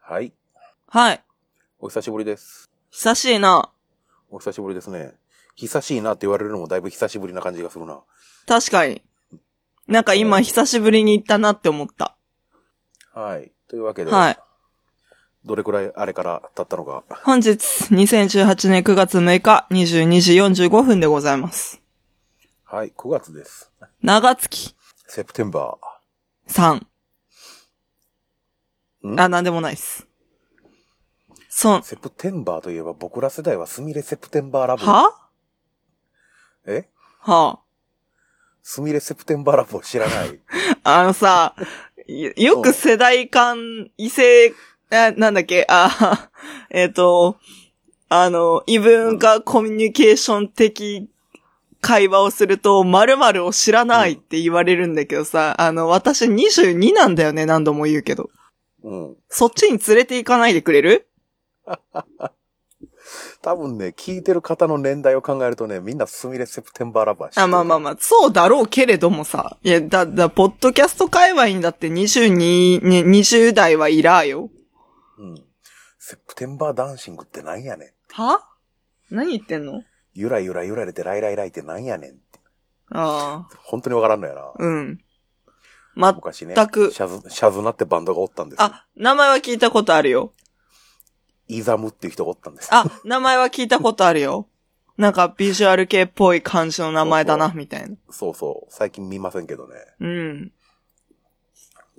はい。はい。お久しぶりです。久しいな。お久しぶりですね。久しいなって言われるのもだいぶ久しぶりな感じがするな。確かに。なんか今久しぶりに行ったなって思った。はい。というわけで、はい。どれくらいあれから経ったのか。本日、2018年9月6日、22時45分でございます。はい、9月です。長月セプテンバさん。んあ、なんでもないっす。そんー。、セプテンバーといえば僕ら世代はスミレセプテンバーラブ。はえはスミレセプテンバーラブを知らない。 あのさ、よよく世代間、異性、えなんだっけ、あえっ、と、あの、異文化コミュニケーション的会話をすると、〇〇を知らないって言われるんだけどさ、あの、私22なんだよね、何度も言うけど。うん。そっちに連れて行かないでくれる多分ね、聞いてる方の年代を考えるとね、みんなスミレセプテンバーラブは知ってるあ、まあまあまあ、そうだろうけれどもさ。いや、だ、だ、ポッドキャスト界隈にだって22、ね、20代はいらーよ。うん。セプテンバーダンシングってなんやねん。は何言ってんのゆらゆらゆられてライライライってなんやねんって。ああ。本当にわからんのやな。うん。ま、昔ね。全くシャズ、シャズナってバンドがおったんです。あ、名前は聞いたことあるよ。イザムっていう人がおったんです。あ、名前は聞いたことあるよ。 なんかビジュアル系っぽい感じの名前だな、みたいな。そうそう。最近見ませんけどね。うん。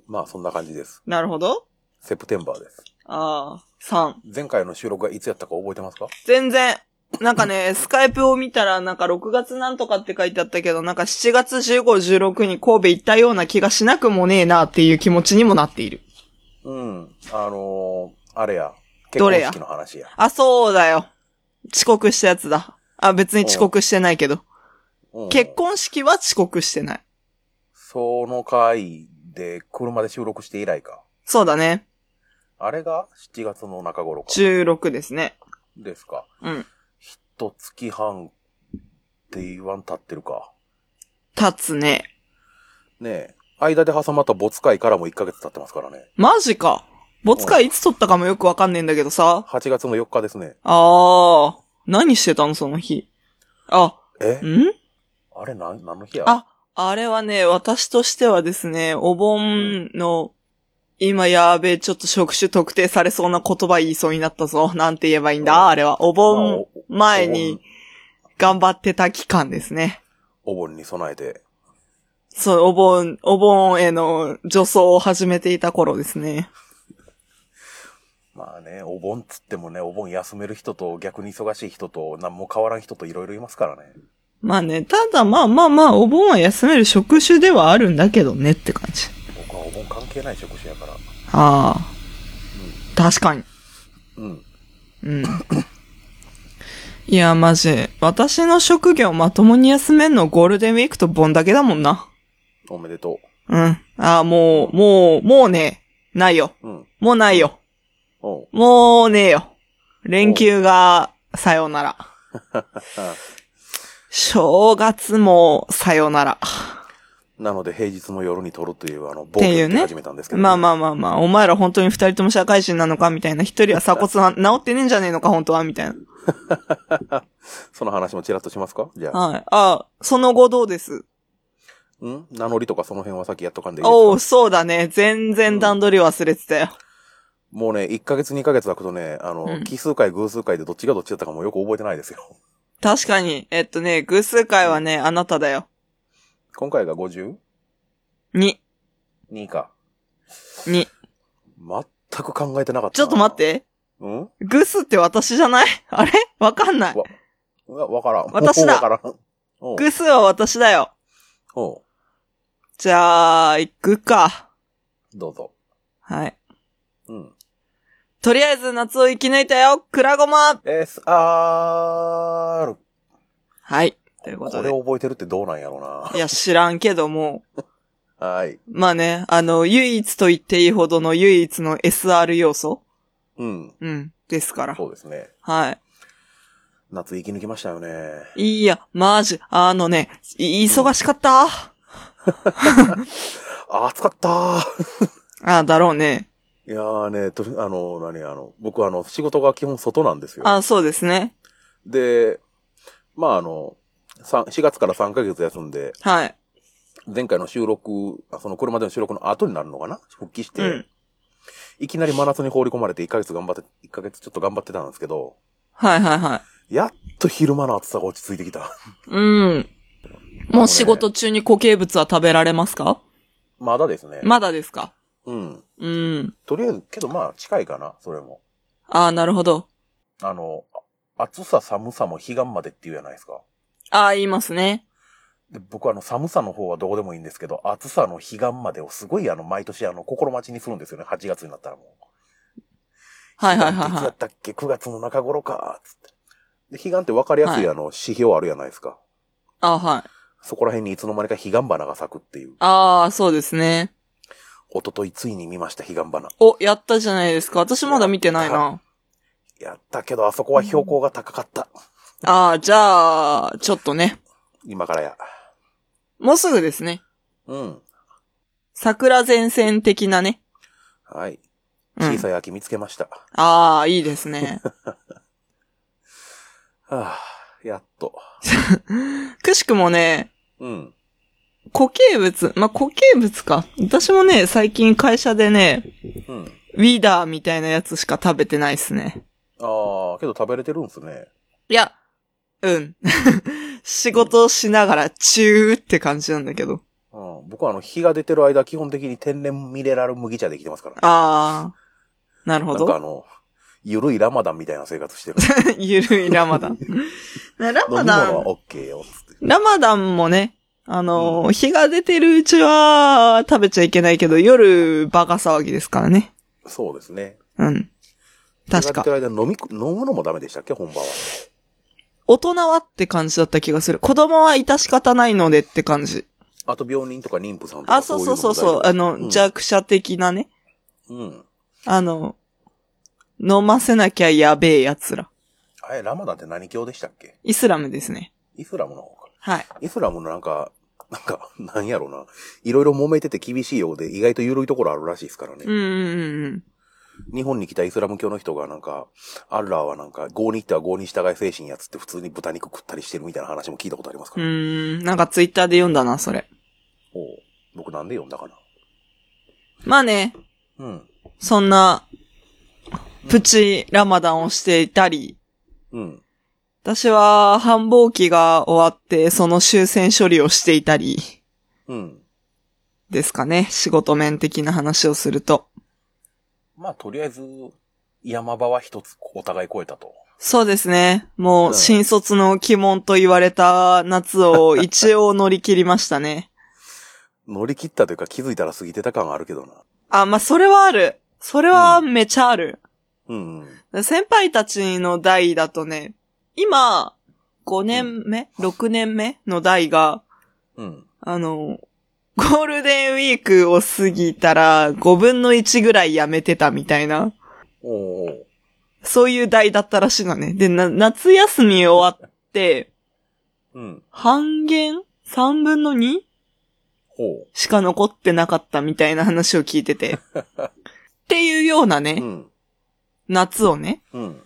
まあそんな感じです。なるほど。セプテンバーです。ああ、3。前回の収録がいつやったか覚えてますか全然。なんかね、 スカイプを見たら、なんか6月なんとかって書いてあったけど、なんか7月15、16に神戸行ったような気がしなくもねえなっていう気持ちにもなっている。うん。あのー、あれや。結ど婚れや式の話や。あ、そうだよ。遅刻したやつだ。あ、別に遅刻してないけど。うん結婚式は遅刻してない。その回で車で収録して以来か。そうだね。あれが7月の中頃か。 16ですね。ですか。うん。一月半って言わん経ってるか。立つね。ねえ。間で挟まった没会からも1ヶ月経ってますからね。マジか。没会いつ撮ったかもよくわかんねえんだけどさ。 8月の4日ですね。あー。何してたのその日。あ、えんあれ何、何の日やあ、あれはね、私としてはですね、お盆の、今やべえ、ちょっと職種特定されそうな言葉言いそうになったぞ。なんて言えばいいんうんだあれは、まあお盆お前に頑張ってた期間ですね。お盆に備えて。そう、お盆、お盆への助走を始めていた頃ですね。まあね、お盆っつってもね、お盆休める人と逆に忙しい人と何も変わらん人といろいろいますからね。まあね、ただまあまあまあ、お盆は休める職種ではあるんだけどねって感じ。僕はお盆関係ない職種やから。ああ。確かに。うん。うん。いや、マジ。私の職業まともに休めんのゴールデンウィークと盆だけだもんな。おめでとうん。ああ、もう、もう、もうね、ないよ。う。うん。もうないよ。おう。もうねえよ。連休が、さようなら。正月も、さようなら。なので平日の夜に撮るという、あの、て冒いう険ねを始めたんですけど、まあまあまあまあ、お前ら本当に二人とも社会人なのかみたいな。一人は鎖骨は治ってねえんじゃねえのか本当はみたいな。その話もちらっとしますかじゃあ。はい。あ、その後どうですうん名乗りとかその辺はさっきやっとかんでいいですかおう、そうだね。全然段取り忘れてたよ。もうね、1ヶ月2ヶ月空くとね、あの、うん奇数回偶数回でどっちがどっちだったかもよく覚えてないですよ。確かに、えっとね、偶数回はね、あなただよ。今回が 52? に、か。に。全く考えてなかったな。ちょっと待って。うん。偶数って私じゃないあれわかんない。わ、わ、わからん。私だ わからん。おう偶数は私だよ。おうじゃあ、行くか。どうぞ。はい。うん。とりあえず夏を生き抜いたよ。くらごま SR。はい。というこことれで。覚えてるってどうなんやろういや、知らんけども。な。はい。まあね、あの、唯一と言っていいほどの唯一の SR 要素うん。うん。ですから。そうですね。はい。夏生き抜きましたよね。いや、マジ、あのね、い忙しかった。あ暑かったー。あだろうね。いやーね、とあの、何、あの、僕はあの、仕事が基本外なんですよ。あ、そうですね。で、まああの、三4月から3ヶ月休んで、はい。前回の収録、あそのこれまでの収録の後になるのかな復帰して、うん。いきなり真夏に放り込まれて1ヶ月頑張って、1ヶ月ちょっと頑張ってたんですけど、はいはいはい。やっと昼間の暑さが落ち着いてきた。 うん。もう仕事中に固形物は食べられますかまだですね。まだですかうん。うん。とりあえず、けどまあ近いかな、それも。ああ、なるほど。あの、あ暑さ寒さも彼岸までっていうじゃないですか。ああ、言いますね。で僕はあの寒さの方はどこでもいいんですけど、暑さの彼岸までをすごいあの毎年あの心待ちにするんですよね、8月になったらもう。はいはいは彼岸っいてつやはったっけ ?9 月の中頃か、つって。で、彼岸って分かりやすいあの指標あるじゃないですか。い。ああ、はい。そこら辺にいつの間にか彼岸花が咲くっていう。ああ、そうですね。一昨日ついに見ました、彼岸花。お、やったじゃないですか。私まだ見てないな。やったけど、あそこは標高が高かった。ああ、じゃあ、ちょっとね。今からや。もうすぐですね。うん。桜前線的なね。はい。うん小さい秋見つけました。ああ、いいで すね。はあ、やっと。くしくもね、うん。固形物、まあ、固形物か。私もね、最近会社でね、うん。ウィダーみたいなやつしか食べてないっすね。ああ、けど食べれてるんすね。いや、うん。 仕事をしながら、チューって感じなんだけど。うん。僕はあの、日が出てる間、基本的に天然ミネラル麦茶で生きてますから、ね。あー。なるほなんかあど。の、ゆるいラマダンみたいな生活してる。 ゆるいラマ ダン。なラ飲みマ物ダはン、オッケーよ、つって。ラマダンもね、あのー、日が出てるうちは食べちゃいけないけど、夜バカ騒ぎですからね。そうですね。うん。確か日。が出てる間、飲み、飲むのもダメでしたっけ、本場は。大人はって感じだった気がする。子供は致し方ないのでって感じ。あと、病人とか妊婦さんとか。あ、そうそうそうそう。あいのも大の、事弱者的なね。うん。うん。あの、飲ませなきゃやべえ奴ら。あれ、ラマダンって何教でしたっけイスラムですね。イスラムの方か。はい。イスラムのなんか、なんか、 なんやろうな。いろいろ揉めてて厳しいようで、意外と緩いところあるらしいですからね。うんうんうんうん。日本に来たイスラム教の人がなんか、アッラーはなんか、合に行っては合に従い精神やつって普通に豚肉食ったりしてるみたいな話も聞いたことありますうから。ーん、なんかツイッターで読んだな、それ。おう僕なんで読んだかまあね、な。うん。そんな、プチラマダンをしていたり、うん。私は繁忙期が終わって、その終戦処理をしていたり、うん。ですかね。仕事面的な話をすると。まあ、とりあえず、山場は一つお互い超えたと。そうですね。もうんう、新卒の鬼門と言われた夏を一応乗り切りましたね。乗り切ったというか気づいたら過ぎてた感あるけどな。あ、まあ、それはある。それはめちゃある。うん、うん。先輩たちの代だとね、今、5年目、?6 年目の代が、うん。あの、ゴールデンウィークを過ぎたら5分の1ぐらいやめてたみたいな、おうおうそういう代だったらしいのね。で、な、夏休み終わって、うん。半減 ?3 分の 2? ほしか残ってなかったみたいな話を聞いて て。っていうようなね、う。うん。夏をね、うん。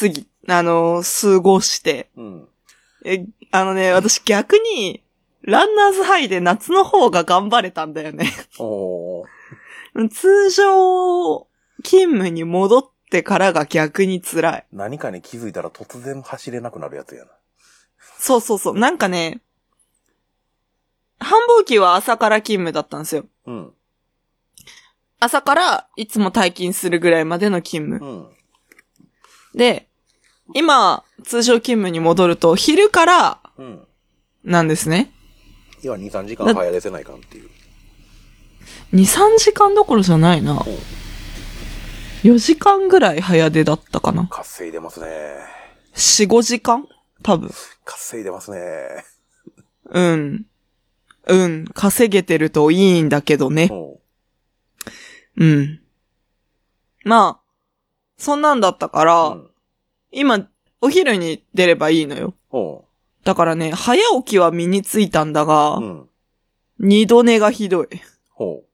過ぎ、あの、過ごして、うん。え、あのね、私逆に、ランナーズハイで夏の方が頑張れたんだよね。おうおう通常、勤務に戻ってからが逆に辛い。何かに気づいたら突然走れなくなるやつやな。そうそうそう。なんかね、繁忙期は朝から勤務だったんですよ。うん。朝からいつも退勤するぐらいまでの勤務う。ん。で、今、通常勤務に戻ると、昼からうん。なんですね。今2、3時間早出せないかんっていう。 2、3時間どころじゃないな。4時間ぐらい早出だったかな。稼いでますね。 4、5時間多分。稼いでますね。うん。うん。稼げてるといいんだけどね。おうん。まあ、そんなんだったから、うん。今、お昼に出ればいいのよ。おうだからね、早起きは身についたんだが、うん。二度寝がひどい。ほう。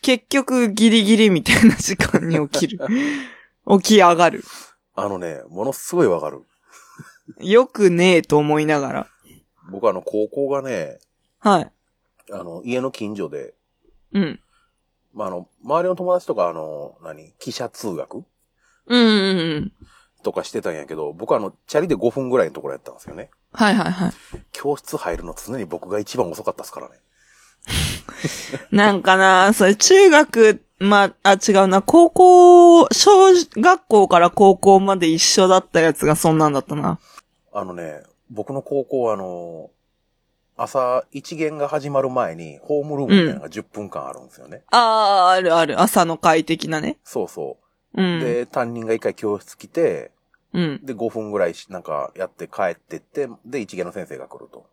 結局ギリギリみたいな時間に起きる。起き上がる。あのね、ものすごいわかる。よくねえと思いながら。僕あの、高校がね、はい。あの、家の近所で、うん。まあ、あの、周りの友達とか、あの、何、汽車通学うんうんうん。とかしてたんやけど、僕はあの、チャリで5分ぐらいのところやったんですよね。はいはいはい。教室入るの常に僕が一番遅かったですからね。なんかな、それ中学、まあ、あ、違うな、高校、小学校から高校まで一緒だったやつがそんなんだったな。あのね、僕の高校はあの、朝一限が始まる前に、ホームルームみたいなのが10分間あるんですよね。ああ、あるある、朝の会的なね。そうそうう。ん。で、担任が一回教室来て、うん。で、5分ぐらいしなんかやって帰ってって、で、一限の先生が来ると。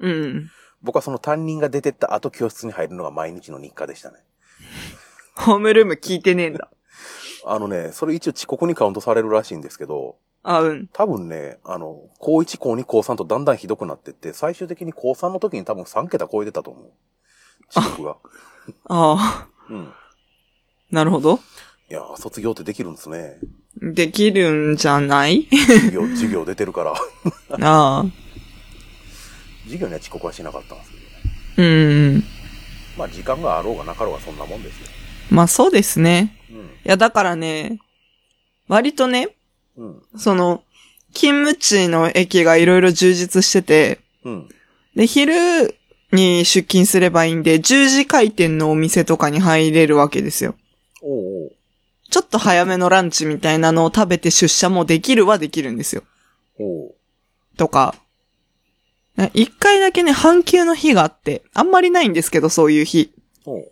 うん。僕はその担任が出てった後教室に入るのが毎日の日課でしたね。ホームルーム聞いてねえんだ。あのね、それ一応遅刻にカウントされるらしいんですけど、あ、うん。多分ね、あの、高1、高2、高3とだんだんひどくなってって、最終的に高3の時に多分3桁超えてたと思う。遅刻 が。ああ、うん。なるほど。いやー、卒業ってできるんですね。できるんじゃない授業、授業出てるから。 ああ。授業には遅刻はしなかったんですけどね。うん。まあ、時間があろうがなかろうがそんなもんですよ。まあそうですね。うん。いや、だからね、割とね、うん。その、勤務地の駅がいろいろ充実してて、うん。で、昼に出勤すればいいんで、10時開店のお店とかに入れるわけですよ。おうおう。ちょっと早めのランチみたいなのを食べて出社もできるはできるんですよ。おう。とか。ね一回だけね、半休の日があって、あんまりないんですけど、そういう日。おう。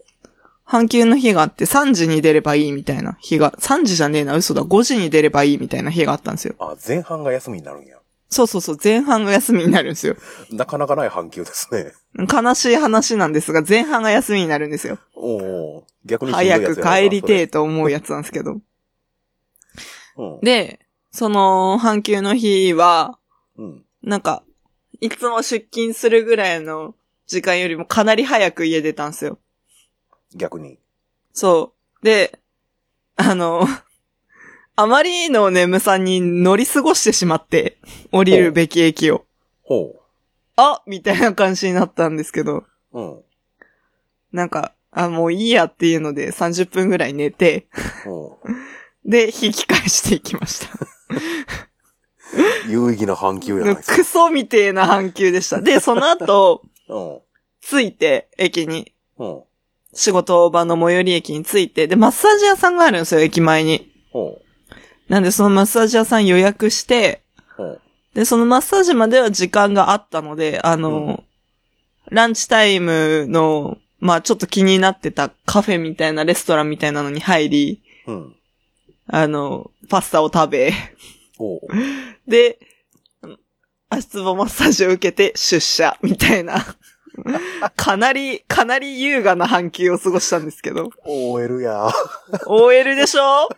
半休の日があって、3時に出ればいいみたいな日が、3時じゃねえな、嘘だ、5時に出ればいいみたいな日があったんですよ。あ、前半が休みになるんや。そうそうそう、前半が休みになるんですよ。なかなかない半休ですね。悲しい話なんですが、前半が休みになるんですよ。おうおう。逆にしんどいや早つやなく帰りてえ。それと思うやつなんですけど。うん。で、その、半休の日は、うん。なんか、いつも出勤するぐらいの時間よりもかなり早く家出たんですよ。逆に。そう。で、あの、あまりの眠さに乗り過ごしてしまって、降りるべき駅を。ほあみたいな感じになったんですけど、う。うん。なんか、あ、もういいやっていうので30分ぐらい寝て、ほう。で、引き返していきました。有意義な半休やないですクか。ソみてえな半球でした。で、その後、うん。着いて、駅に。うん。仕事場の最寄り駅に着いて、で、マッサージ屋さんがあるんですよ、駅前に。ほう。なんで、そのマッサージ屋さん予約して、ほう。で、そのマッサージまでは時間があったので、あの、ランチタイムの、まあちょっと気になってたカフェみたいなレストランみたいなのに入り、うん。あの、パスタを食べ、 ほう。で、足つぼマッサージを受けて出社、みたいな。かなり、かなり優雅な半休を過ごしたんですけど。 OL や。 OL でしょ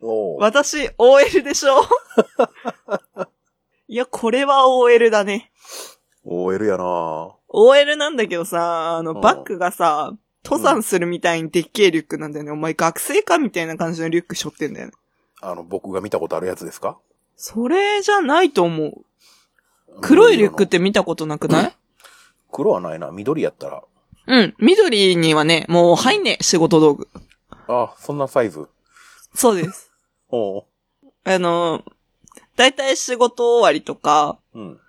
おう。私、OL でしょいや、これは OL だね。 OL やな OL なんだけどさ、あの、うんバッグがさ、登山するみたいにでっけえリュックなんだよね。お前学生かみたいな感じのリュック背負ってんだよね。あの、僕が見たことあるやつですかそれじゃないと思う。黒いリュックっ。て見たことなくない、黒はないな。緑やったら。うん。緑にはね、もう入んねえ、仕事道具。あ、そんなサイズ。そうです。おう。あの、だいたい仕事終わりとかうん。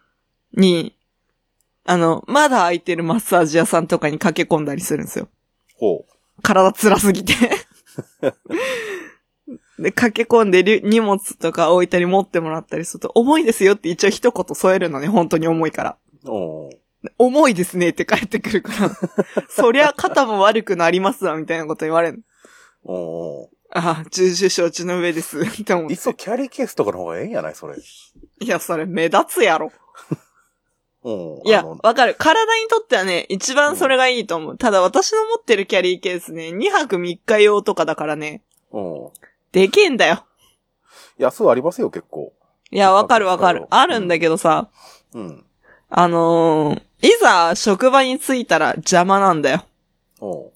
に、あの、まだ空いてるマッサージ屋さんとかに駆け込んだりするんですよ。ほ体辛すぎて。 で、駆け込んでりゅ荷物とか置いたり持ってもらったりすると、重いですよって一応一言添えるのね、本当に重いから。う。おう。重いですねって返ってくるから、 そりゃ肩も悪くなりますわ、みたいなこと言われるの。おう。ああ、重々承知の上です。って思っいてっ。そキャリーケースとかの方がええんやないそれ。いや、それ目立つやろ。おう。いや、あのわかる。体にとってはね、一番それがいいと思う。ただ私の持ってるキャリーケースね、2泊3日用とかだからね、おう。でけえんだよ。安はありますよ、結構。いや、わかるわかうるん。あるんだけどさ、うん。あのーいざ職場に着いたら邪魔なんだよ。おう。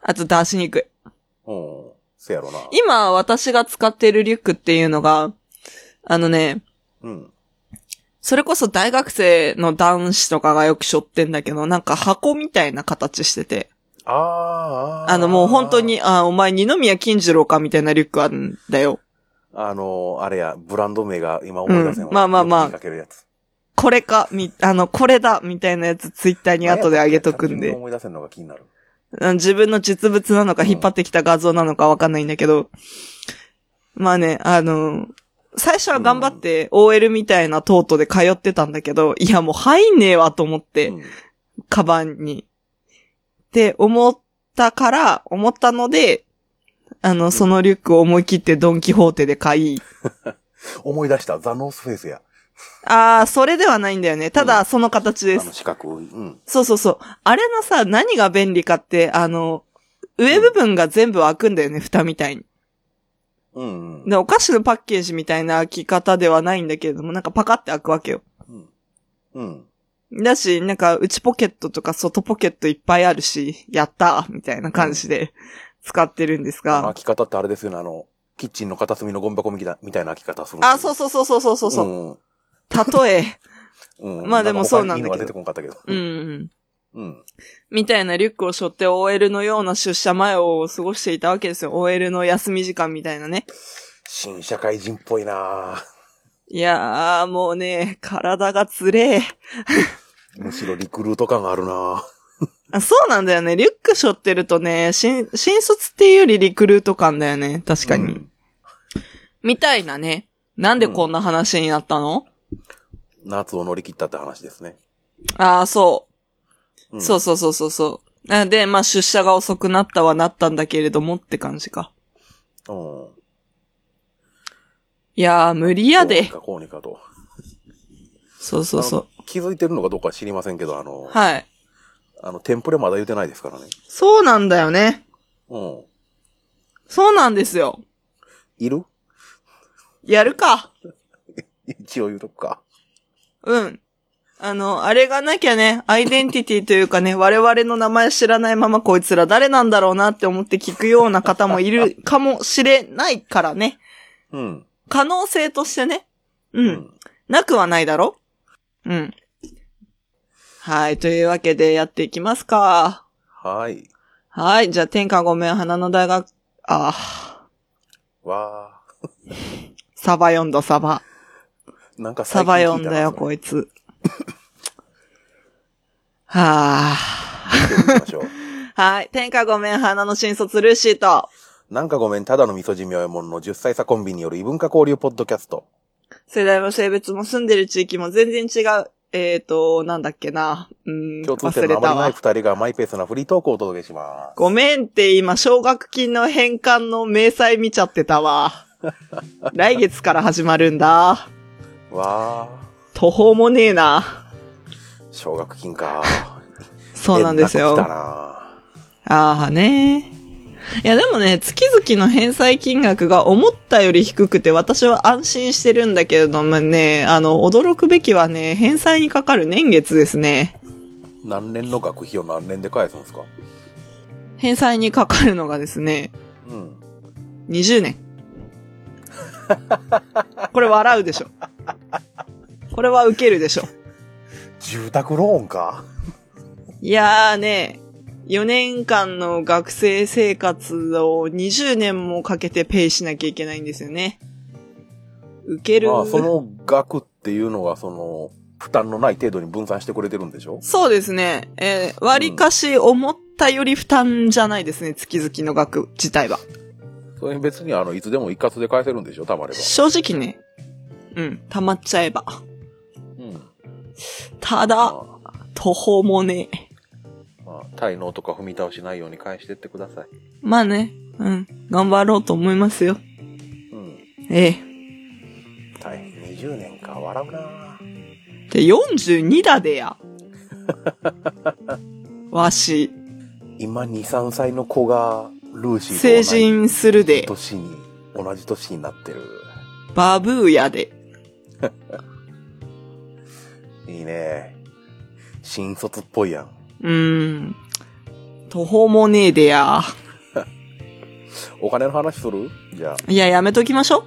あと出しにくい。うん。せやろな。今私が使ってるリュックっていうのが、あのね、うん。それこそ大学生の男子とかがよく背負ってんだけど、なんか箱みたいな形してて。あーあー。あのもう本当に、あ、お前二宮金次郎かみたいなリュックあるんだよ。あのー、あれや、ブランド名が今思い出せんわうんまあまあまあよく見かけるやつ。これか、み、あの、これだみたいなやつツイッターに後で上げとく単ん純にで。思い出せんのが気になる。うん自分の実物なのかうん引っ張ってきた画像なのかわかんないんだけど。まあね、あの、最初は頑張って OL みたいなトートで通ってたんだけど、いやもう入んねえわと思ってう、んカバンに。って思ったから、思ったので、あの、そのリュックを思い切ってドンキホーテで買い、思い出した。ザ・ノースフェイスや。ああ、それではないんだよね。たうだ、その形であす。の四角い。うん。そうそうそう。あれのさ、何が便利かって、あの、上部分が全部開くんだよね、蓋みたいに。うん、うん。で、お菓子のパッケージみたいな開き方ではないんだけれども、なんかパカって開くわけよ。うん。うん。だし、なんか内ポケットとか外ポケットいっぱいあるし、やったーみたいな感じで使ってるんですあの開。がき方ってあれですよね。あの、キッチンの片隅のゴミ箱みたいなみたいな開き方するんですよ。あ、そうそうそうそうそうそうそう。う。例え、うん。まあでもそうなか他にいいんだけどのが出てこんかったけど。うん。うん。うん。みたいなリュックを背負って OL のような出社前を過ごしていたわけですよ。OL の休み時間みたいなね。新社会人っぽいなぁいやー、もうね、体がつれえ。むしろリクルート感があるなぁあそうなんだよね。リュック背負ってるとね、新、新卒っていうよりリクルート感だよね。確かに。うんみたいなね。なんでこんな話になったの、夏を乗り切ったって話ですね。ああ、そう、うんそうそうそうそうそう。あで、まあ、出社が遅くなったはなったんだけれどもって感じか。うん。いやー、無理やこうでに。かこうにかと。そうそうそう。あの気づいてるのかどうかは知りませんけど、あの、はい。あの、テンプレまだ言うてないですからね。そうなんだよね。うん。そうなんですよ。いる やるか。一応言うとくか。うん。あの、あれがなきゃね、アイデンティティというか ね、我々の名前知らないままこいつら誰なんだろうなって思って聞くような方もいるかもしれないからね。うん。可能性としてね。う。。うんなくはないだろうん。はい。というわけでやっていきますか。はい。はい。じゃあ、天下ごめん、花の大学、あーわサバ読んだサバ。ー。なんかサ最バ近聞いた読んだよ、こいいつ。はあ。ましょう。はい。天下ごめん、花の新卒ルーシーと、なんかごめん、ただの味噌じみおえもんの10歳差コンビによる異文化交流ポッドキャスト。世代も性別も住んでる地域も全然違う。えーと、なんだっけな。うーん、共通忘点のれあまたりないわ。二人がマイペースなフリートークをお届けしまごめんって今、奨学金の返還の明細見ちゃってた わ。来月から始まるんだ。す。わ途方もねえな。ー。奨学金か。そうなんですよ。変な子来たなああね。いやでもね、月々の返済金額が思ったより低くて私は安心してるんだけれどもね、あの、驚くべきはね、返済にかかる年月ですね。何年の学費を何年で返すんですか返済にかかるのがですね、うん。 20年。これ笑うでしょ。これは受けるでしょ。住宅ローンかいやーね、4年間の学生生活を20年もかけてペイしなきゃいけないんですよね。受ける。まあ、その額っていうのが、その、負担のない程度に分散してくれてるんでしょそうですね。えー割かし思ったより負担じゃないですね、月々の額自体は。それに別に、あの、いつでも一括で返せるんでしょたまれば。正直ね、うん、溜まっちゃえば。うん。ただ、まあ、途方もねえ。まあ、滞納とか踏み倒しないように返してってください。まあね、うん、頑張ろうと思いますよ。うん。ええ。大変。20年か、笑うなで、42だで や。わし、今、2、3歳の子が、ルーシーと成人するで、同じ年に、同じ年になってる。バブーやで。いいね新卒っぽいやん。うーん。途方もねえでや。お金の話するじゃあ、いや、やめときましょう。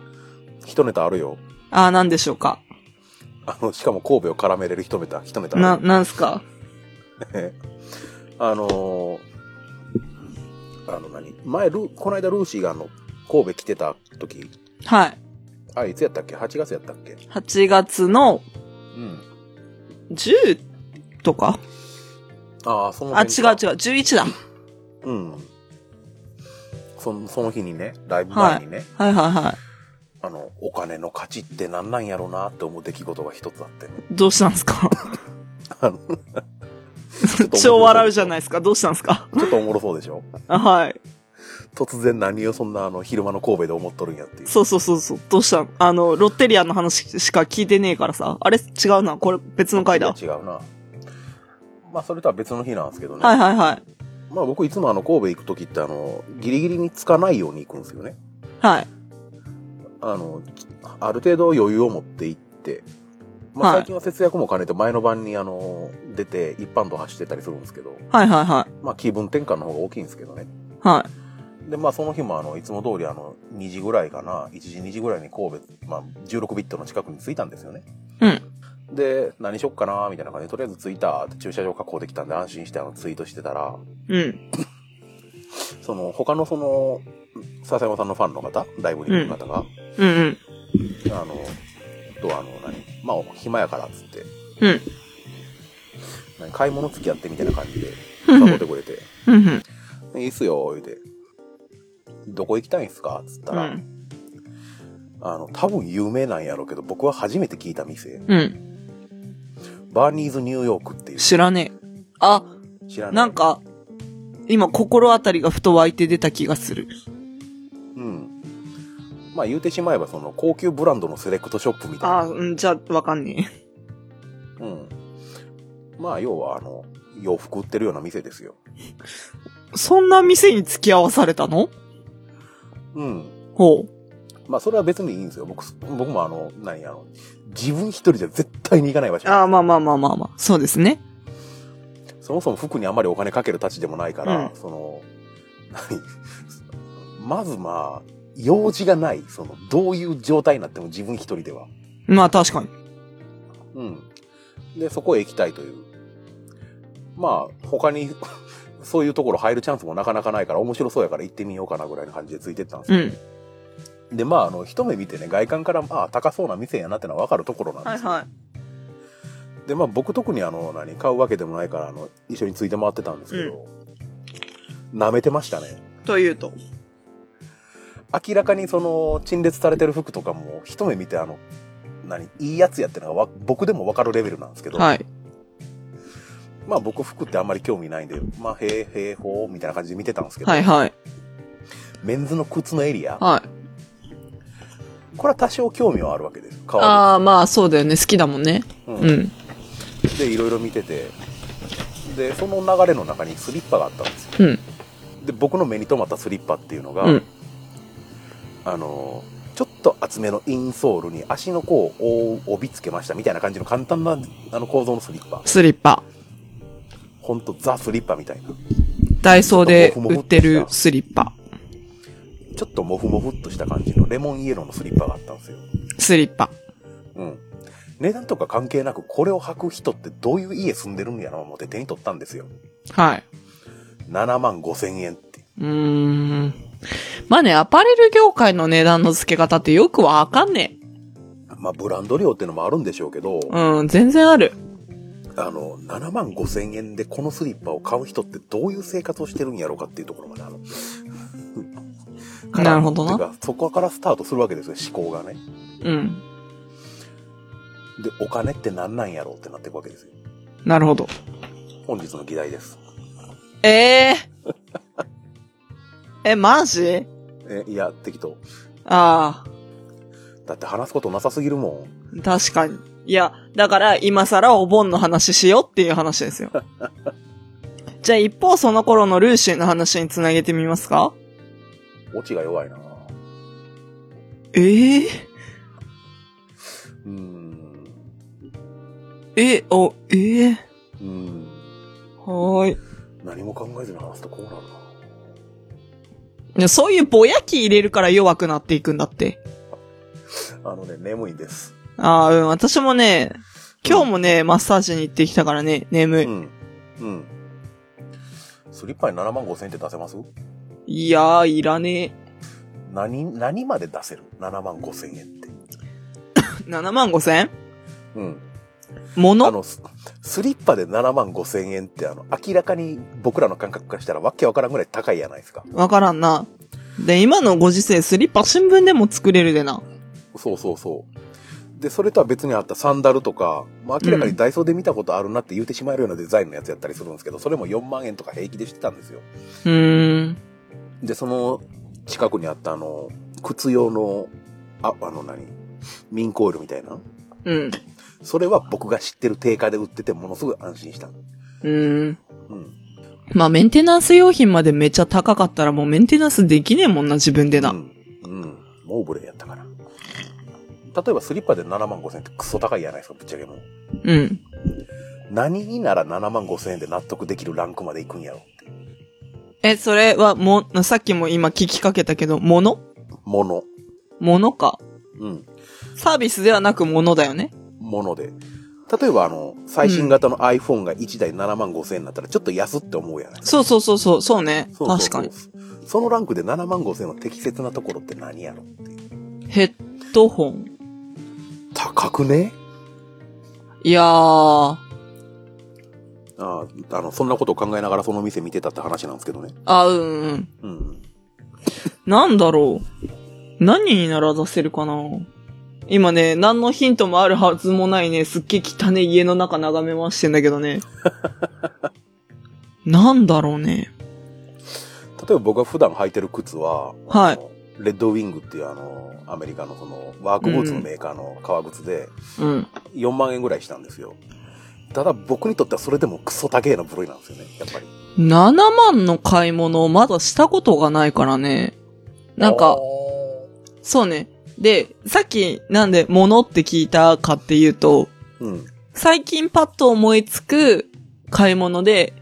一ネタあるよ。あー、なんでしょうか。あの、しかも神戸を絡めれる一ネタ、一ネタある。な、なんすか。あのーあの何前ルー、この間ルーシーがあの、神戸来てた時、はい。あ、いつやったっけ ?8 月やったっけ8月のうん。 10とかああ、そのあ、違う違う、辺か11だ。うん。その、その日にね、ライブ前にね、はいはいはあの、お金の価値って何なんやろうなって思う出来事が一つあって、ね、い。どうしたんですかあのちょっと 超笑うじゃないいですか。どうしたんですかちょっとおもろそうでしょあはい。突然何をそんなあの、昼間の神戸で思っとるんやっていう。そうそうそうそう。どうしたんあの、ロッテリアの話しか聞いてねえからさ。あれ違うな。これ別の回だ。はいや違うな。まあ、それとは別の日なんですけどね。はいはい。まあ、僕いつもあの、神戸行くときってあの、ギリギリに着かないように行くんですよね。はい。あの、ある程度余裕を持って行って、まあ、はい最近は節約も兼ねて前の晩にあの、出て一般道走ってたりするんですけど、はいはいはい。まあ、気分転換の方が大きいんですけどね。はい。で、まあ、その日もあの、いつも通りあの、2時ぐらいかな、1時2時ぐらいに神戸、まあ、16ビットの近くに着いたんですよね。うん。で、何しよっかなみたいな感じで、とりあえず着いたって駐車場確保できたんで安心してあのツイートしてたら、うん。その、他のその、笹山さんのファンの方、ライブに来る方が、うんうん。あの、とあの、何まあ、暇やからっつって、うん。何買い物付き合ってみたいな感じで、うんうん誘ってくれて、うんうん。いいっすよ、言うて、どこ行きたいんすかっつったうら、ん。あの、多分有名なんやろうけど、僕は初めて聞いた店、うん。バーニーズニューヨークっていう、知らねえ。あ、知らない。なん、か、今心当たりがふと湧いて出た気がする。うん。まあ言うてしまえば、その、高級ブランドのセレクトショップみたいな。あ、うん、じゃあ、わかんねうん。まあ、要は、あの、洋服売ってるような店ですよ。え。そんな店に付き合わされたのうん。ほう。まあ、それは別にいいんですよ。僕、僕もあの、何、あの、自分一人じゃ絶対に行かない場所。ああ、まあまあまあまあまあ。そうですね。そもそも服にあんまりお金かけるたちでもないから、うんその、何、 まずまあ、用事がない、その、どういう状態になっても自分一人では。まあ確かに。うん。で、そこへ行きたいという。まあ、他に、 そういうところ入るチャンスもなかなかないから、面白そうやから行ってみようかなぐらいの感じでついてったんですうよ。ん。で、まあ、あの、一目見てね、外観から、まあ、高そうな店やなってのは分かるところなんですよ。はで、まあ僕特にあの、何、買うわけでもないから、あの、一緒について回ってたんですけど、舐めてましたね。い。というと。明らかにその、陳列されてる服とかも、一目見てあの、何、いいやつやってのがわ僕でもわかるレベルなんですけど、はい。まあ僕服ってあんまり興味ないんで、まあ、へえ、へえ、ほう、みたいな感じで見てたんですけど、はいはい。メンズの靴のエリア、はい。これは多少興味はあるわけです。変わああ、まあそうだよね。好きだもんね。る。ううん。ん。で、いろいろ見てて、で、その流れの中にスリッパがあったんですよ。うん。で僕の目に留まったスリッパっていうのが、うんあのちょっと厚めのインソールに足の甲を覆う帯つけましたみたいな感じの簡単なあの構造のスリッパスリッパ。ほんとザ・スリッパみたいなダイソーで売ってるスリッパ。ちょっとモフモフっとした感じのレモンイエローのスリッパがあったんですよスリッパ。うん値段とか関係なくこれを履く人ってどういう家住んでるんやろう思って手に取ったんですよはい。 7万5千円ってうーん。まあね、アパレル業界の値段の付け方ってよくわかんねまあブランド量ってのもあるんでしょうけど、え。うん、全然ある。あの、7万5千円でこのスリッパを買う人ってどういう生活をしてるんやろうかっていうところまであの、なるほどなてかそこからスタートするわけですよ、思考がね。うん。で、お金って何なんやろうってなっていくわけですよ。なるほど。本日の議題です。ええ え、マジえ、いや、適当。ああ、だって話すことなさすぎるもん。確かに。いや、だから今更お盆の話しようっていう話 ですよ。じゃあ一方その頃のルーシーの話につなげてみますかオチが弱いなええうーん。え、お、ええうーん。はーい。何も考えずに話すとこうなるな。いやそういうぼやき入れるから弱くなっていくんだって。あのね、眠いです。ああ、うん、私もね、今日もね、マッサージに行ってきたからね、眠い。うん。うん。スリッパに7万5千って出せますいやー、いらねえ。何、何まで出せる ?7 万5千円って。 7万5千うん。もあのの、ススリッパで7万5千円って、あの、明らかに僕らの感覚からしたらわけわからんぐらい高いやないですか。わからんな。で、今のご時世、スリッパ新聞でも作れるでな。そうそうそう。で、それとは別にあったサンダルとか、まあ、明らかにダイソーで見たことあるなって言うてしまえるようなデザインのやつやったりするんですけど、それも4万円とか平気でしてたんですよ。うーん。で、その近くにあったあの、靴用の、あ、あの何ミンコイルみたいなうん。それは僕が知ってる定価で売っててものすごい安心した。うーん。うん。まあ、メンテナンス用品までめっちゃ高かったらもうメンテナンスできねえもんな、自分でな。うん。うん。モーブレーやったから。例えばスリッパで7万5千円ってクソ高いやないですか、ぶっちゃけもう。うん。何になら7万5千円で納得できるランクまで行くんやろって。え、それはも、さっきも今聞きかけたけど、ものもの。ものか。うん。サービスではなくものだよね。もので。例えばあの、最新型の iPhone が1台7万5千円になったらちょっと安って思うやないそうそうそうそう、そうね。そうそうそう確かそのランクで7万5千の適切なところって何やろっていう。に。ヘッドホン。高くねいやー。ああ、あの、そんなことを考えながらその店見てたって話なんですけどね。あ、うんうん。うん。なんだろう。何になら出せるかな今ね、何のヒントもあるはずもないね、すっげえ汚ね家の中眺め回してんだけ どね。なんだろうね。例えば僕が普段履いてる靴は、はいあの。レッドウィングっていうあの、アメリカのその、ワークブーツのメーカーの革靴で、うん。 4万円ぐらいしたんですよ。ただ僕にとってはそれでもクソ高えな部類なんですよね、やっぱり。 7万の買い物をまだしたことがないからね。なんあかー、、そうね。で、さっきなんで物って聞いたかっていうと、うん。最近パッと思いつく買い物で、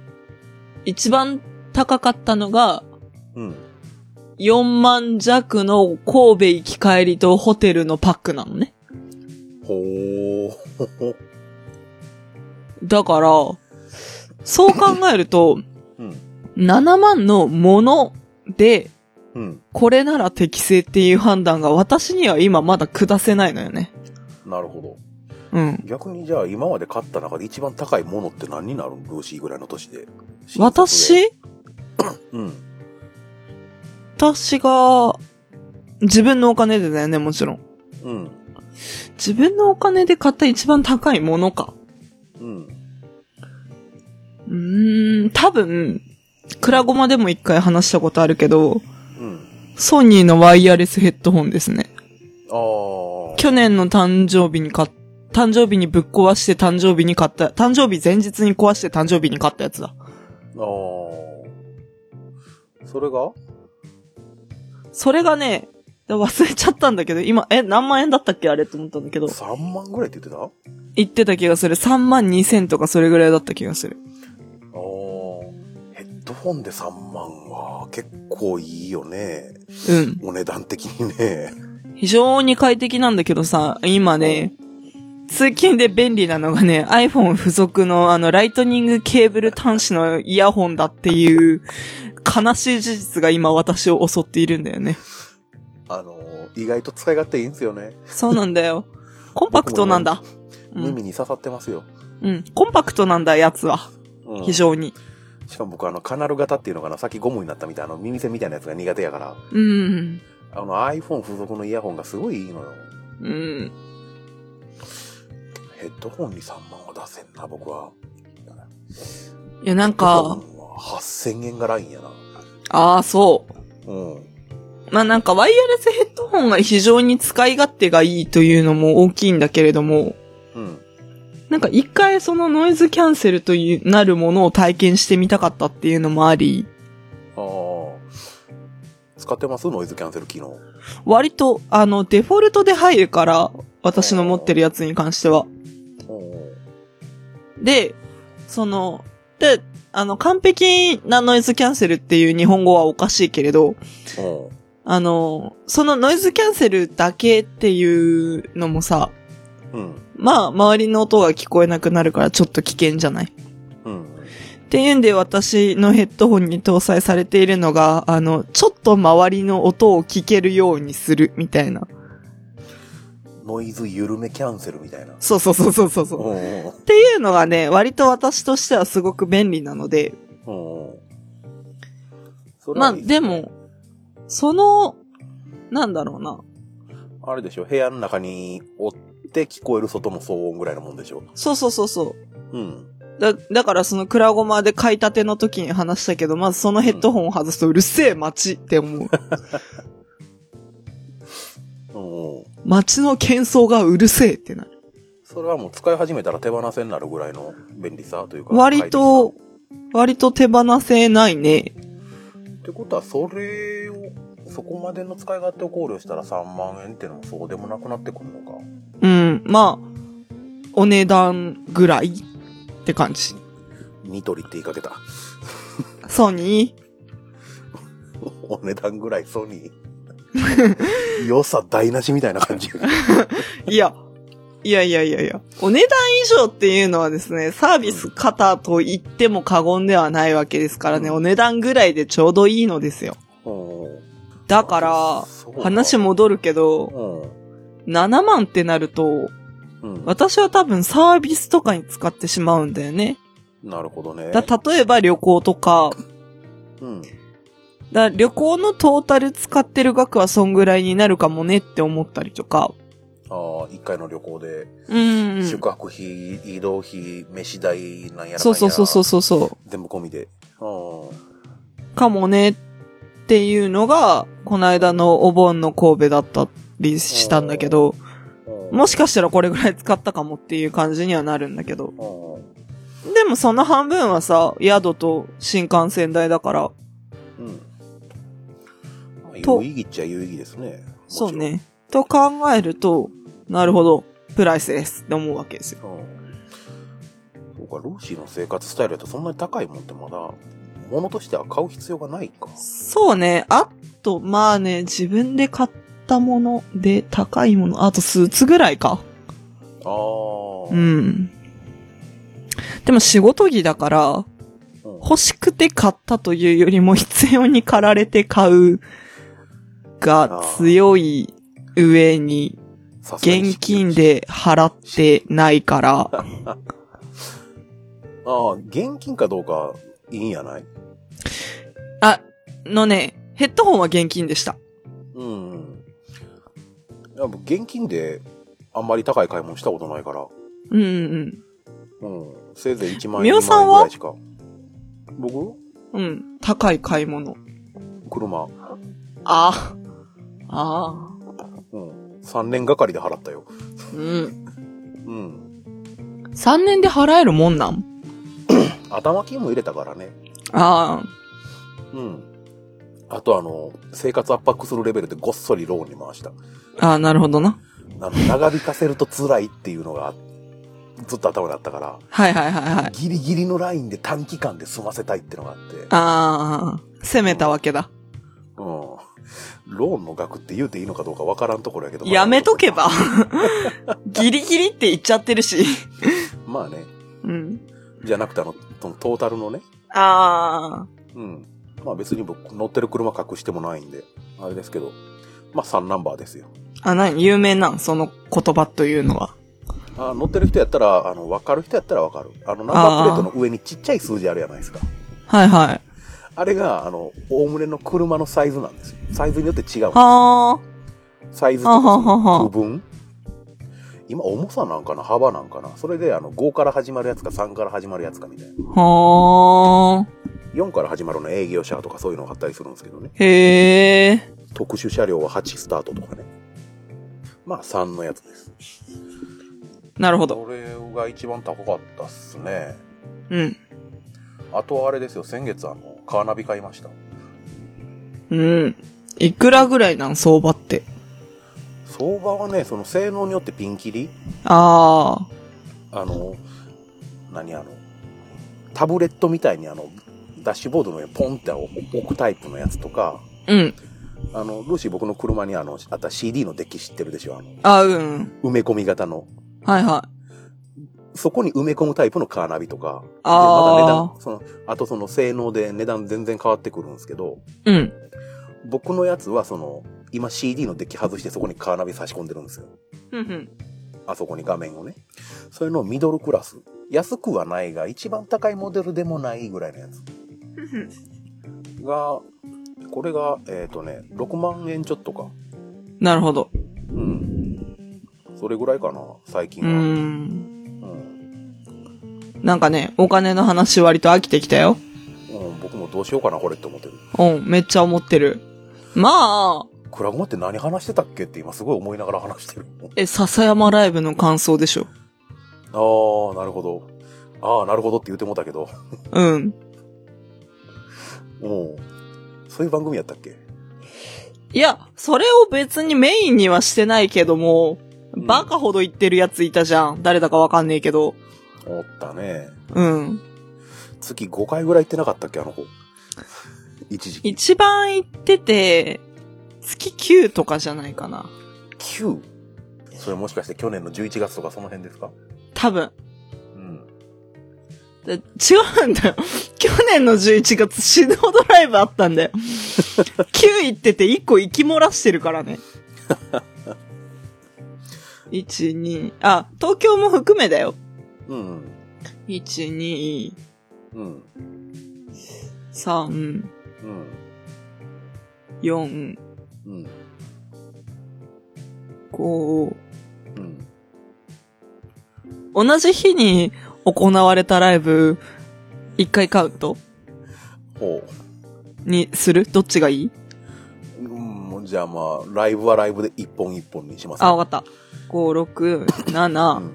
一番高かったのが、うん。 4万弱の神戸行き帰りとホテルのパックなのね。ほー。だから、そう考えると、うん。 7万のもので、うん。これなら適正っていう判断が私には今まだ下せないのよね。なるほど。うん。逆にじゃあ今まで買った中で一番高いものって何になるんルーシーぐらいの年で。私うん。私が、自分のお金でだよね、もちろん。うん。自分のお金で買った一番高いものか。うん。うーん、多分、クラゴマでも一回話したことあるけど、うん。ソニーのワイヤレスヘッドホンですね。ああ。去年の誕生日に買っ、誕生日にぶっ壊して誕生日に買った、誕生日前日に壊して誕生日に買ったやつだ。ああ。それがそれがね、忘れちゃったんだけど、今、え、何万円だったっけあれって思ったんだけど、 3万ぐらいって言ってたあ言ってた気がする。3万2千とかそれぐらいだった気がする。あ。ヘッドホンで3万は結構いいよね。うん。お値段的にね。非常に快適なんだけどさ、今ね、通勤で便利なのがね、iPhone 付属のあの、ライトニングケーブル端子のイヤホンだっていう、悲しい事実が今私を襲っているんだよね。あの、意外と使い勝手いいんですよね。そうなんだよ。コンパクトなんだ。うん。耳に刺さってますよ。うん。コンパクトなんだ、やつは。うん非常に。しかも僕あの、カナル型っていうのかな、さっきゴムになったみたいな、あの、耳栓みたいなやつが苦手やから、うん。あの、iPhone 付属のイヤホンがすごいいいのよ。うん。ヘッドホンに3万は出せんな、僕は。いや、なんヘッドか、ホンは8000円がラインやな。ああ、そう。うん。まあなんかワイヤレスヘッドホンが非常に使い勝手がいいというのも大きいんだけれども、うん。なんか一回そのノイズキャンセルというなるものを体験してみたかったっていうのもあり、ああ。使ってますノイズキャンセル機能。割とあのデフォルトで入るから、私の持ってるやつに関しては。うん。で、そのって、あの、完璧なノイズキャンセルっていう日本語はおかしいけれど、うん。あの、そのノイズキャンセルだけっていうのもさ、うん。まあ、周りの音が聞こえなくなるからちょっと危険じゃないうん。っていうんで私のヘッドホンに搭載されているのが、あの、ちょっと周りの音を聞けるようにするみたいな。ノイズ緩めキャンセルみたいな。そうそうそうそうそう。ううんうんっていうのがね、割と私としてはすごく便利なので、うん。うん。それまはあいいでも、その、なんだろうな。あれでしょ、部屋の中におって聞こえる外の騒音ぐらいのもんでしょ。そうそうそうそうん。う。だ、だからそのクラゴマで買いたての時に話したけど、まずそのヘッドホンを外すとうるせえ街って う思う。んうん。街の喧騒がうるせえってなる。それはもう使い始めたら手放せになるぐらいの便利さというか。割と、割と手放せない快ね。適さ。ってことは、それを、そこまでの使い勝手を考慮したら3万円ってのもそうでもなくなってくるのか。うん、まあ、お値段ぐらいって感じ。ニトリって言いかけた。ソニーお値段ぐらいソニー。良さ台無しみたいな感じ。いや、いやいやいやいや。お値段以上っていうのはですね、サービス型と言っても過言ではないわけですからね、うんお値段ぐらいでちょうどいいのですよ。うんだかそうら、か話戻るけど、うん。 7万ってなると、うん。私は多分サービスとかに使ってしまうんだよね。なるほどね。だ、例えば旅行とか、うん。だ旅行のトータル使ってる額はそんぐらいになるかもねって思ったりとか。ああ、一回の旅行で、うんうん。宿泊費、移動費、飯代、なんやらなんやらそうそうそうそうそうそ全部込みで。うう。かもねっていうのが、この間のお盆の神戸だったりしたんだけど、ん。もしかしたらこれぐらい使ったかもっていう感じにはなるんだけど。うん。でもその半分はさ、宿と新幹線代だから、うん。と有意義っちゃ有意義ですね。そうね。と考えると、なるほど、プライスレスって思うわけですよ。もちろん。うん。そうか、ルーシーの生活スタイルだとそんなに高いもんってまだ、物としては買う必要がないか。そうね。あと、まあね、自分で買ったもので高いもの。あと、スーツぐらいか。ああ。う。ん。でも仕事着だから、欲しくて買ったというよりも必要に駆られて買うが強い上にさすがに現金。で払ってないから、ああ、現金かどうか、いいんやないあ、のね、ヘッドホンは現金でした。うん。やっぱ現金で、あんまり高い買い物したことないから。うんうんうん。せいぜい1万み円、お2さ万ん円ぐらはいしか。僕うん。うん。高い買い物。車。ああ。ああ。うん。3年がかりで払ったよ。うん。うん。 3年で払えるもんなん頭金も入れたからね。ああ。うん。あとあの、生活圧迫するレベルでごっそりローンに回した。ああ、なるほどな。あの、長引かせると辛いっていうのが、ずっと頭にあったから、はいはいはいはい。ギリギリのラインで短期間で済ませたいってのがあって。ああ、攻めたわけだ。うん。ローンの額って言うていいのかどうかわからんところやけど。やめとけば。 ギリギリって言っちゃってるし。まあね。うん。じゃなくてあの、そのトータルのね。ああ。うん。まあ別に僕乗ってる車隠してもないんで、あれですけど。まあ3ナンバーですよ。あ、なに有名なんその言葉というのは。あ乗ってる人やったら、あの、わかる人やったらわかる。あの、ナンバープレートの上にちっちゃい数字あるじゃないですか。はいはい。あれが、あの、おおむねの車のサイズなんですよ。サイズによって違う。はあ。サイズとはははは区分今、重さなんかな幅なんかなそれで、あの、5から始まるやつか3から始まるやつかみたいな。はあ。 4から始まるの営業車とかそういうのがあったりするんですけどね。へえ。特殊車両は8スタートとかね。まあ3のやつです。なるほど。それが一番高かったっすね。うん。あとはあれですよ、先月あの、カーナビ買いました。うん。いくらぐらいなん相場って。相場はね、その性能によってピンキリああ。あの、何あの、タブレットみたいにあの、ダッシュボードの上にポンって置くタイプのやつとか、うん。あの、ルーシー僕の車にあの、あった CD のデッキ知ってるでしょあの、あ、うん。埋め込み型の。はいはそこに埋め込むタイプのカーナビとか。であまーだ値段、その、あとその性能で値段全然変わってくるんですけど、い。うん。僕のやつはその、今 CD のデッキ外してそこにカーナビ差し込んでるんですよ。うんあそこに画面をね。それのミドルクラス。安くはないが、一番高いモデルでもないぐらいのやつ。うん。が、これが、えっ、とね、6万円ちょっとか。なるほど。うん。それぐらいかな、最近うーは。ん。うん。なんかね、お金の話割と飽きてきたよ。うん、僕もどうしようかな、これって思ってる。うん、めっちゃ思ってる。まあ、クラゴマって何話してたっけって今すごい思いながら話してる。え、笹山ライブの感想でしょ。あー、なるほど。あー、なるほどって言うてもうたけど。うん。うん。そういう番組やったっけいや、それを別にメインにはしてないけども、うんバカほど言ってるやついたじゃん。誰だかわかんねえけど。おったね。うん。月5回ぐらい行ってなかったっけ、あの子。一時期。一番言ってて、月9とかじゃないかな。 9? それもしかして去年の11月とかその辺ですか多分。うん。で違うんだよ。去年の11月死ぬほどライブあったんだよ。9行ってて1個行き漏らしてるからね。1、2、あ、東京も含めだよ。うん。 1、2、うん。 3、うん。 4、うん。 5。うん。同じ日に行われたライブ、1回カウントほ。にするどっちがいいううん、じゃあまあ、ライブはライブで一本一本にします。あ、わかった。5、6、う7、ん。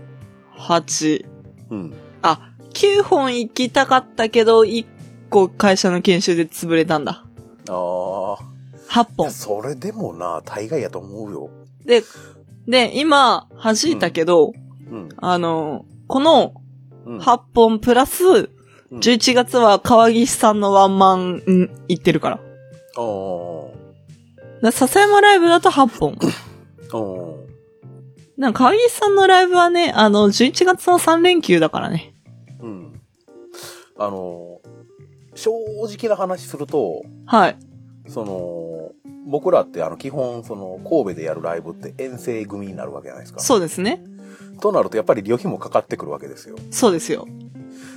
8。うん。あ、9本行きたかったけど、1個会社の研修で潰れたんだ。あ8あ。い本や、。それでもな、大概やと思うよ。で、で、今、弾いたけど、うん。あの、このうん。 8本プラス、うん11月は川岸さんのワンマンん行ってるから。だかあーら笹山ライブだと8本。 あー。なんか川岸さんのライブはね、あの、11月の3連休だからね。うん。あの、正直な話すると、はい。その、僕らってあの基本、その、神戸でやるライブって遠征組になるわけじゃないですか。そうですね。となると、やっぱり旅費もかかってくるわけですよ。そうですよ。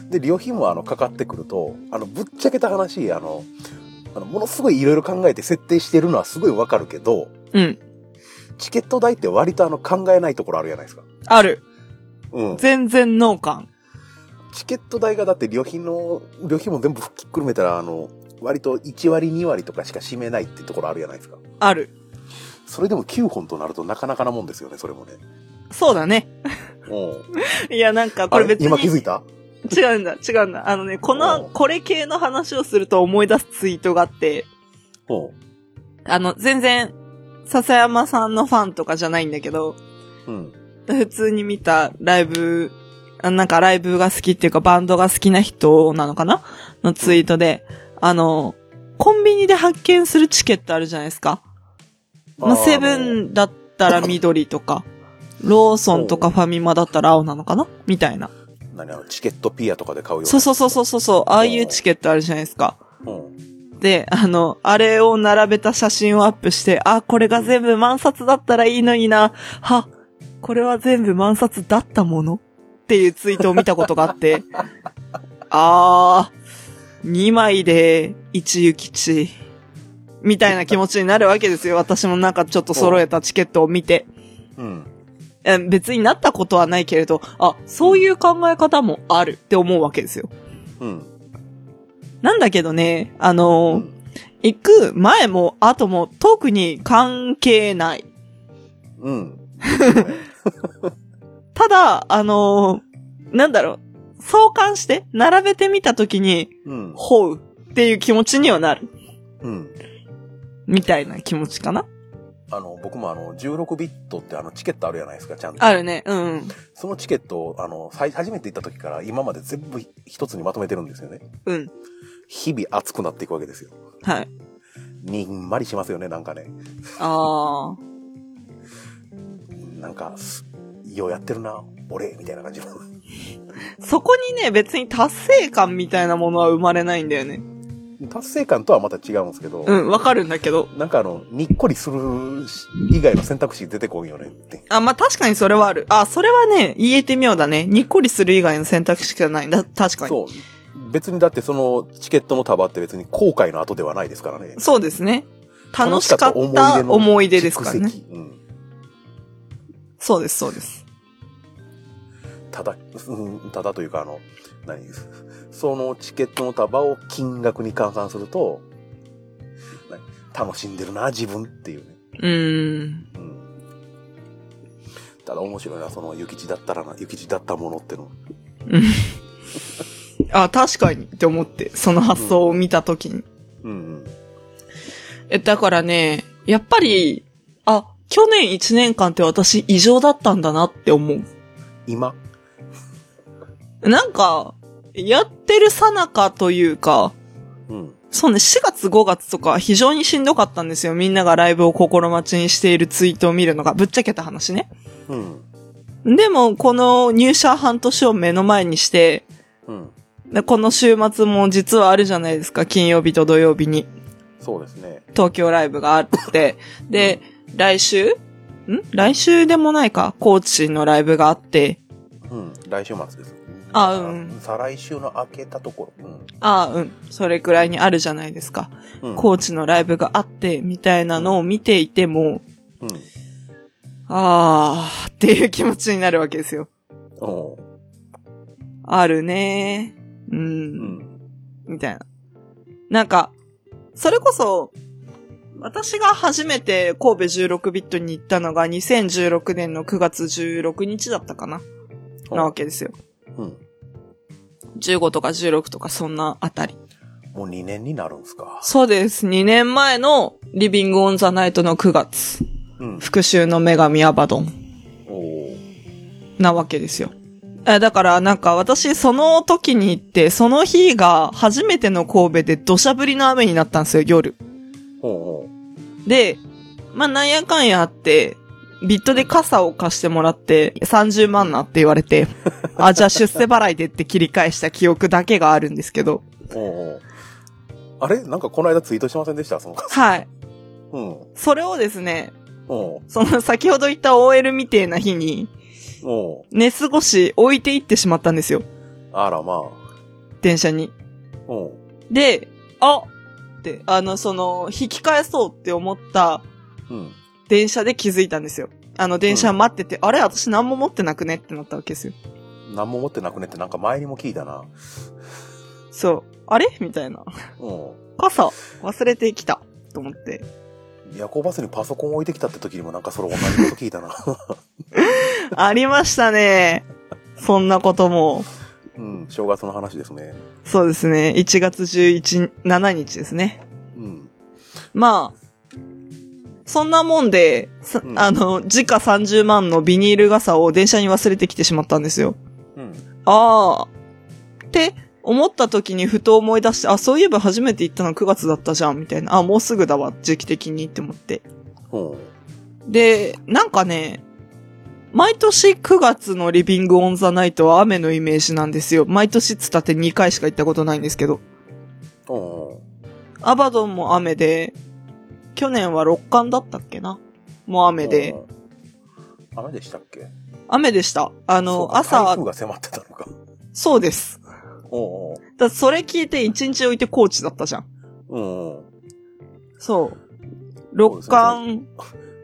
で、旅費もあの、かかってくると、あの、ぶっちゃけた話、あの、あの、ものすごいいろいろ考えて設定してるのはすごいわかるけど、うん。チケット代って割とあの、考えないところあるじゃないですか。ある。うん。全然脳幹。チケット代がだって旅費の、旅費も全部ひっくるめたら、あの、割と1割2割とかしか占めないってところあるじゃないですか。ある。それでも9本となるとなかなかなもんですよね、それもね。そうだね。うん。いや、なんか、こあれれ別に。今気づいた違うんだ、違うんだ。あのね、こおの、うこれ系の話をすると思い出すツイートがあって、うん。あの、全然、笹山さんのファンとかじゃないんだけど、うん。普通に見たライブ、あなんかライブが好きっていうかバンドが好きな人なのかなのツイートで、あの、コンビニで発見するチケットあるじゃないですか。まあ、あーセブンだったら緑とか、ローソンとかファミマだったら青なのかなみたいな。何あの、チケットピアとかで買うような。そうそうそうそうそうそう、ああいうチケットあるじゃないですか。うん。で、あの、あれを並べた写真をアップして、あ、これが全部満札だったらいいのにな。は、これは全部満札だったものっていうツイートを見たことがあって、 あー、2枚で1ユキチ。みたいな気持ちになるわけですよ。私もなんかちょっと揃えたチケットを見て。うん。え別になったことはないけれど、あ、そういう考え方もあるって思うわけですよ。うん。なんだけどね、あのー行く前も後も特に関係ない。 うん。ただ、あのーなんだろう、相関して、並べてみたときに、うん。ほうっていう気持ちにはなる。うん。みたいな気持ちかな。あの、僕もあの、16ビットってあの、チケットあるじゃないですか、ちゃんと。あるね。うんうん。そのチケットを、あの、最初めて行った時から今まで全部一つにまとめてるんですよね。うん。日々熱くなっていくわけですよ。はい。にんまりしますよね、なんかね。ああ。なんか、ようやってるな、俺、みたいな感じの。 そこにね、別に達成感みたいなものは生まれないんだよね。達成感とはまた違うんですけど、うん、わかるんだけど。なんかあの、にっこりするし以外の選択肢出てこんよねって。あ、まあ、確かにそれはある。あ、それはね、言えてみようだね。にっこりする以外の選択肢がないんだ。確かに。そう。そう。別にだってそのチケットの束って別に後悔の後ではないですからね。ですね。楽しかった思い出ですからね蓄。積。うんそうです、そうです。ただ、うんただというかあの、何 そのチケットの束を金額に換算すると、何楽しんでるな、自分っていうね。うーん。うんただ面白いな、その、諭吉だったらな、諭吉だったものっての。あ、確かにって思って、その発想を見たときに。うんえ、だからね、やっぱり、あ、去年1年間って私異常だったんだなって思う。うん。今なんか、やってるさなかというか、うん。そうね、4月5月とか非常にしんどかったんですよ。みんながライブを心待ちにしているツイートを見るのが、ぶっちゃけた話ね。うん。でも、この入社半年を目の前にして、うん。でこの週末も実はあるじゃないですか、金曜日と土曜日に。そうですね。東京ライブがあって、で、来週ん来週でもないか、高知のライブがあって、うん。来週末です。あうん再来週の明けたところ。ああ、うん、それくらいにあるじゃないですか。うん。うん。高知のライブがあって、みたいなのを見ていても、うん。あーっていう気持ちになるわけですよ。おうあるねー。う、うんん。みたいな。なんか、それこそ、私が初めて神戸16ビットに行ったのが2016年の9月16日だったかななわけですよ。うん。 15とか16とかそんなあたり。もう2年になるんすか。そうです。2年前のリビングオンザナイトの9月。うん。復讐の女神アバドン。おうなわけですよ。えだからなんか私その時に行って、その日が初めての神戸で土砂降りの雨になったんですよ、夜。おうおうで、まあなんやかんやあって、ビットで傘を貸してもらって30万なって言われて、あ、じゃあ出世払いでって切り返した記憶だけがあるんですけど。おうおうあれなんかこの間ツイートしませんでしたその方はい。うん。それをですね、おうその先ほど言った OL みてえな日に、おう寝過ごし置いていってしまったんですよ。あらまあ。電車に。おうで、あって、あの、その、引き返そうって思ったうん。電車で気づいたんですよ。あの、電車待ってて、あれ私何も持ってなくねってなったわけですよ。何も持ってなくねってなんか前にも聞いたな。そう。あれみたいな。うん。傘、忘れてきた。と思って。夜行バスにパソコン置いてきたって時にもなんかそれ同じこと聞いたな。 ありましたね。そんなことも。うん、正月の話ですね。そうですね。1月11、7日ですね。うん。まあ、そんなもんで、さうんあの、時価30万のビニール傘を電車に忘れてきてしまったんですよ。うん。ああ。って思った時にふと思い出して、あ、そういえば初めて行ったの9月だったじゃん、みたいな。あ、もうすぐだわ、時期的にって思って。うん。で、なんかね、毎年9月のリビングオンザナイトは雨のイメージなんですよ。毎年つったって2回しか行ったことないんですけど。うん。アバドンも雨で、去年は六冠だったっけなもう雨で。うん。雨でしたっけ雨でした。あの、台朝風、が迫ってたのか。そうです。おうだそれ聞いて一日置いて高知だったじゃん。おううんうん。そう。六冠、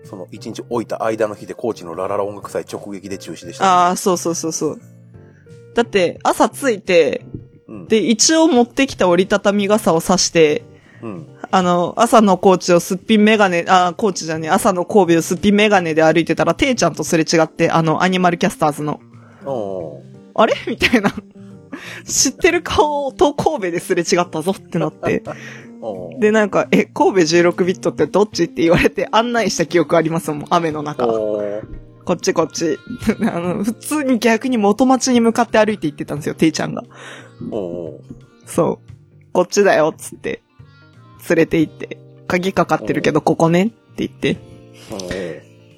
その一日置いた間の日で高知のラララ音楽祭直撃で中止でした。ああ、そうそうそうそう。だって、朝着いて、うん。で、一応持ってきた折りたたみ傘を差して、うん。あの、朝の高知をすっぴんメガネ、あー、高知じゃねえ、朝の神戸をすっぴんメガネで歩いてたら、ていちゃんとすれ違って、あの、アニマルキャスターズの、おうおうあれみたいな。知ってる顔と神戸ですれ違ったぞってなって。おうんで、なんか、え、神戸16ビットってどっちって言われて案内した記憶ありますもん、雨の中。おーこっちこっち。 あの、普通に逆に元町に向かって歩いて行ってたんですよ、ていちゃんが。おーそう。こっちだよ、つって。連れて行って。鍵かかってるけど、ここね。って言って。おー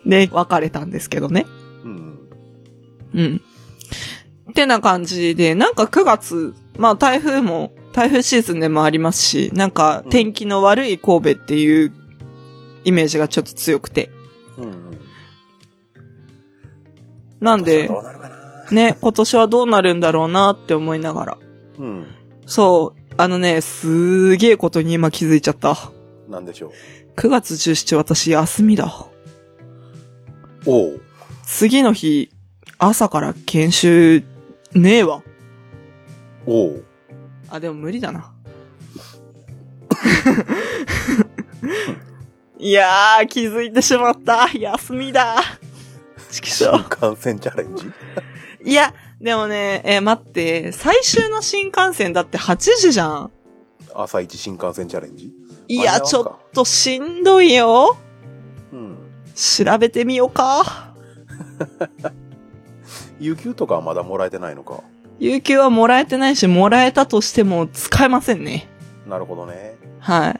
で、別れたんですけどね。うんうん。ってな感じで、なんか9月、まあ台風も、台風シーズンでもありますし、なんかうん天気の悪い神戸っていうイメージがちょっと強くて。うんなんでど、うなるかなね、今年はどうなるんだろうなって思いながら。うんそう、あのね、すーげえことに今気づいちゃった。なんでしょう9月17私休みだ。おお次の日、朝から研修、ねえわ。おおあ、でも無理だな。いやー、気づいてしまった。休みだ。ちくしょ新う。幹線チャレンジいや、でもね、えー待って、最終の新幹線だって8時じゃん。朝一新幹線チャレンジい間に合わや、んかちょっとしんどいよ。うん調べてみようか。有給とかはまだもらえてないのか有給はもらえてないし、もらえたとしても使えませんね。なるほどねはい。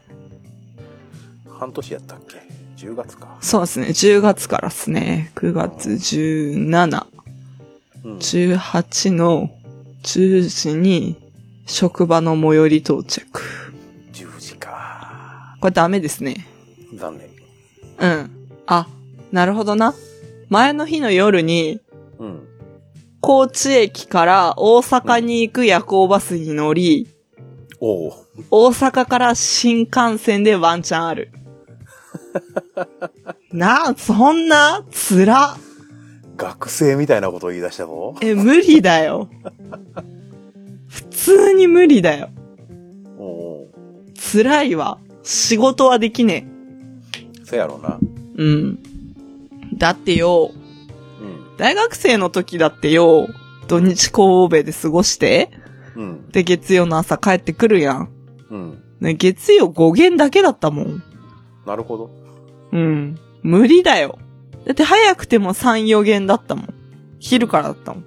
半年やったっけ10月か、そうですね。10月からですね。9月17。うん、 18の10時に職場の最寄り到着。 10時かこれダメですね。残念うん。あ、なるほどな。前の日の夜に、うん高知駅から大阪に行く夜行バスに乗り、おお大阪から新幹線でワンチャンある。 なあ、そんな、つら。学生みたいなことを言い出したぞえ、無理だよ。普通に無理だよ。おお辛いわ。仕事はできねえ。せやろなうん。だってよ、うん大学生の時だってよ、土日神戸で過ごして、うんで、月曜の朝帰ってくるやん。うんね、月曜5限だけだったもん。なるほどうん。無理だよ。だって早くても3、4限だったもん。昼からだったもん。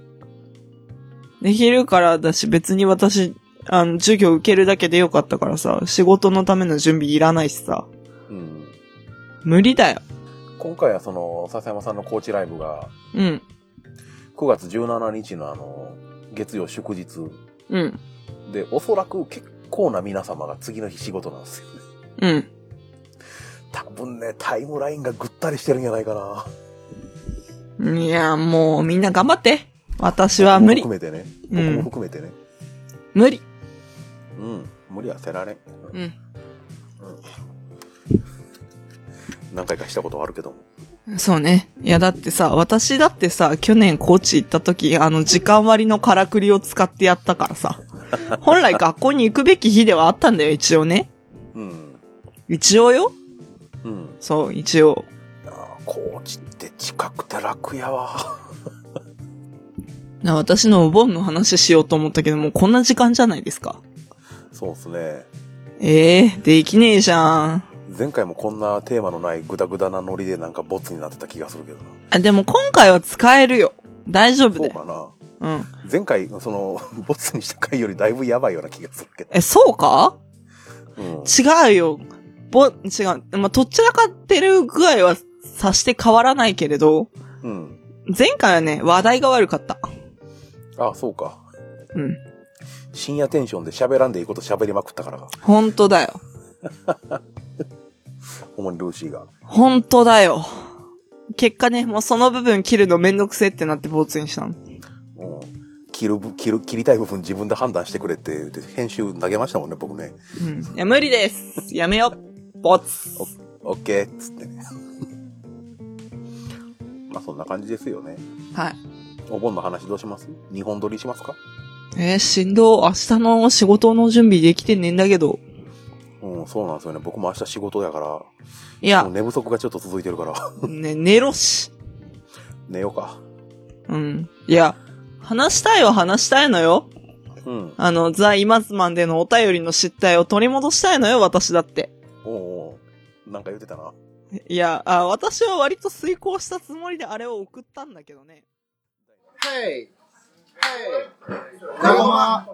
で、昼からだし、別に私、あの、授業受けるだけでよかったからさ、仕事のための準備いらないしさ、うん無理だよ。今回はその笹山さんのコーチライブがうん。 9月17日のあの月曜祝日うん。でおそらく結構な皆様が次の日仕事なんですよねうん。多分ねタイムラインがぐったりしてるんじゃないかないや、もうみんな頑張って。私は無理僕。も含めてねう僕もん。含めてね無理。うん、無理はせられんうん。何回かしたことはあるけどもそうね。いや、だってさ、私だってさ、去年高知行った時、あの、時間割のからくりを使ってやったか らさ。本来学校に行くべき日ではあったんだよ、一応ね。うん一応ようんそう、一応。あー高知って近くて楽やわ な私のお盆の話しようと思ったけど、もうこんな時間じゃないですか。そうっすねええできねえじゃん。前回もこんなテーマのないグダグダなノリでなんかボツになってた気がするけどなあ、でも今回は使えるよ。大丈夫そうだよ。かなうん。前回その ボツにした回よりだいぶやばいような気がするけど、え、そうかうん、違うよ。ぼ、違う。まあ、どちらかってる具合はさして変わらないけれど、うん。前回はね、話題が悪かった。あ、そうか。うん。深夜テンションで喋らんでいいこと喋りまくったからか。本当だよ。ほんまにルーシーが。本当だよ。結果ね、もうその部分切るのめんどくせえってなってボツにしたの。うん。切るぶ、切る、切りたい部分自分で判断してくれって言って、編集投げましたもんね、僕ね。うん。いや、無理です。やめよう。ボツ。オッケーっつってね。 まあそんな感じですよね。はい。お盆の話どうします日本撮りしますかえー、しんど。明日の仕事の準備できてねえんだけど。うん、そうなんですよね。僕も明日仕事やかいら、もやう、寝不足がちょっと続いてるから、 ね、寝ろし。寝ようか。うん。いや、話したいは話したいのよ。うん。あの、ザ・イマズマンでのお便りの失態を取り戻したいのよ、私だって。おうおうなんか言ってたな。いや、あ私は割と遂行したつもりであれを送ったんだけどね。はい。はい。かごま。